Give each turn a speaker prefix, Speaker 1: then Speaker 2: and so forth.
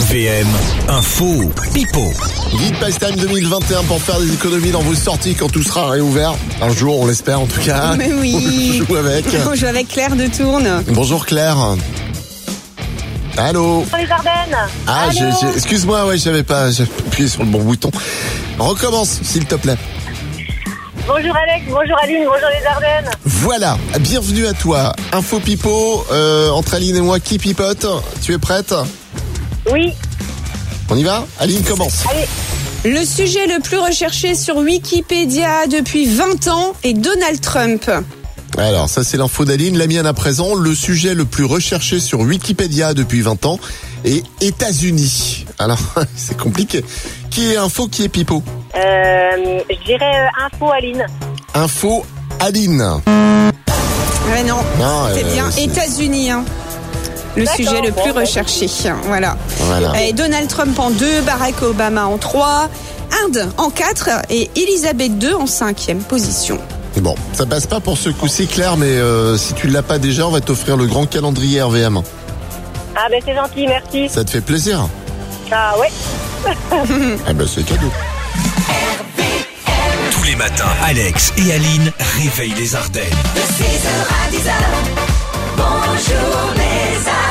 Speaker 1: BFM, info, pipo.
Speaker 2: Guide Pastime 2021 pour faire des économies dans vos sorties quand tout sera réouvert. Un jour, on l'espère en tout cas.
Speaker 3: Mais oui.
Speaker 2: On joue avec.
Speaker 3: On joue avec Claire de Tourne.
Speaker 2: Bonjour Claire. Allô
Speaker 4: Dans les Ardennes.
Speaker 2: Ah,
Speaker 4: Allô
Speaker 2: j'ai- j'ai- excuse-moi, ouais, j'avais pas j'ai appuyé sur le bon bouton. Recommence, s'il te plaît.
Speaker 4: Bonjour Alex, bonjour Aline, bonjour les Ardennes.
Speaker 2: Voilà, bienvenue à toi. Info Pipo, euh, entre Aline et moi, qui pipote Tu es prête
Speaker 4: Oui,
Speaker 2: On y va Aline commence.
Speaker 4: allez,
Speaker 3: Le sujet le plus recherché sur Wikipédia depuis 20 ans est Donald Trump.
Speaker 2: Alors, ça c'est l'info d'Aline, la mienne à présent, le sujet le plus recherché sur Wikipédia depuis 20 ans est États-Unis. Alors, c'est compliqué. Qui est info, qui est pipo
Speaker 4: euh, je dirais euh, info Aline.
Speaker 2: Info Aline.
Speaker 3: Ouais, non.
Speaker 2: Non,
Speaker 3: C'est
Speaker 2: euh,
Speaker 3: bien
Speaker 2: c'est-
Speaker 3: États-Unis. hein. Le
Speaker 4: D'accord,
Speaker 3: sujet le
Speaker 4: bon,
Speaker 3: plus
Speaker 4: bah,
Speaker 3: recherché. Voilà.
Speaker 2: Voilà.
Speaker 3: Et Donald Trump en 2, Barack Obama en 3, Inde en 4 et Elisabeth II en 5 position.
Speaker 2: Bon, ça passe pas pour ce coup-ci, Claire, mais euh, si tu l'as pas déjà, on va t'offrir le grand calendrier RVM.
Speaker 4: Ah ben c'est gentil, merci.
Speaker 2: Ça te fait plaisir
Speaker 4: Ah ouais.
Speaker 2: Ah ben c'est cadeau.
Speaker 1: Tous les matins, Alex et Aline réveillent les Ardennes.
Speaker 5: De 6h à 10h, bonjour les Ardennes.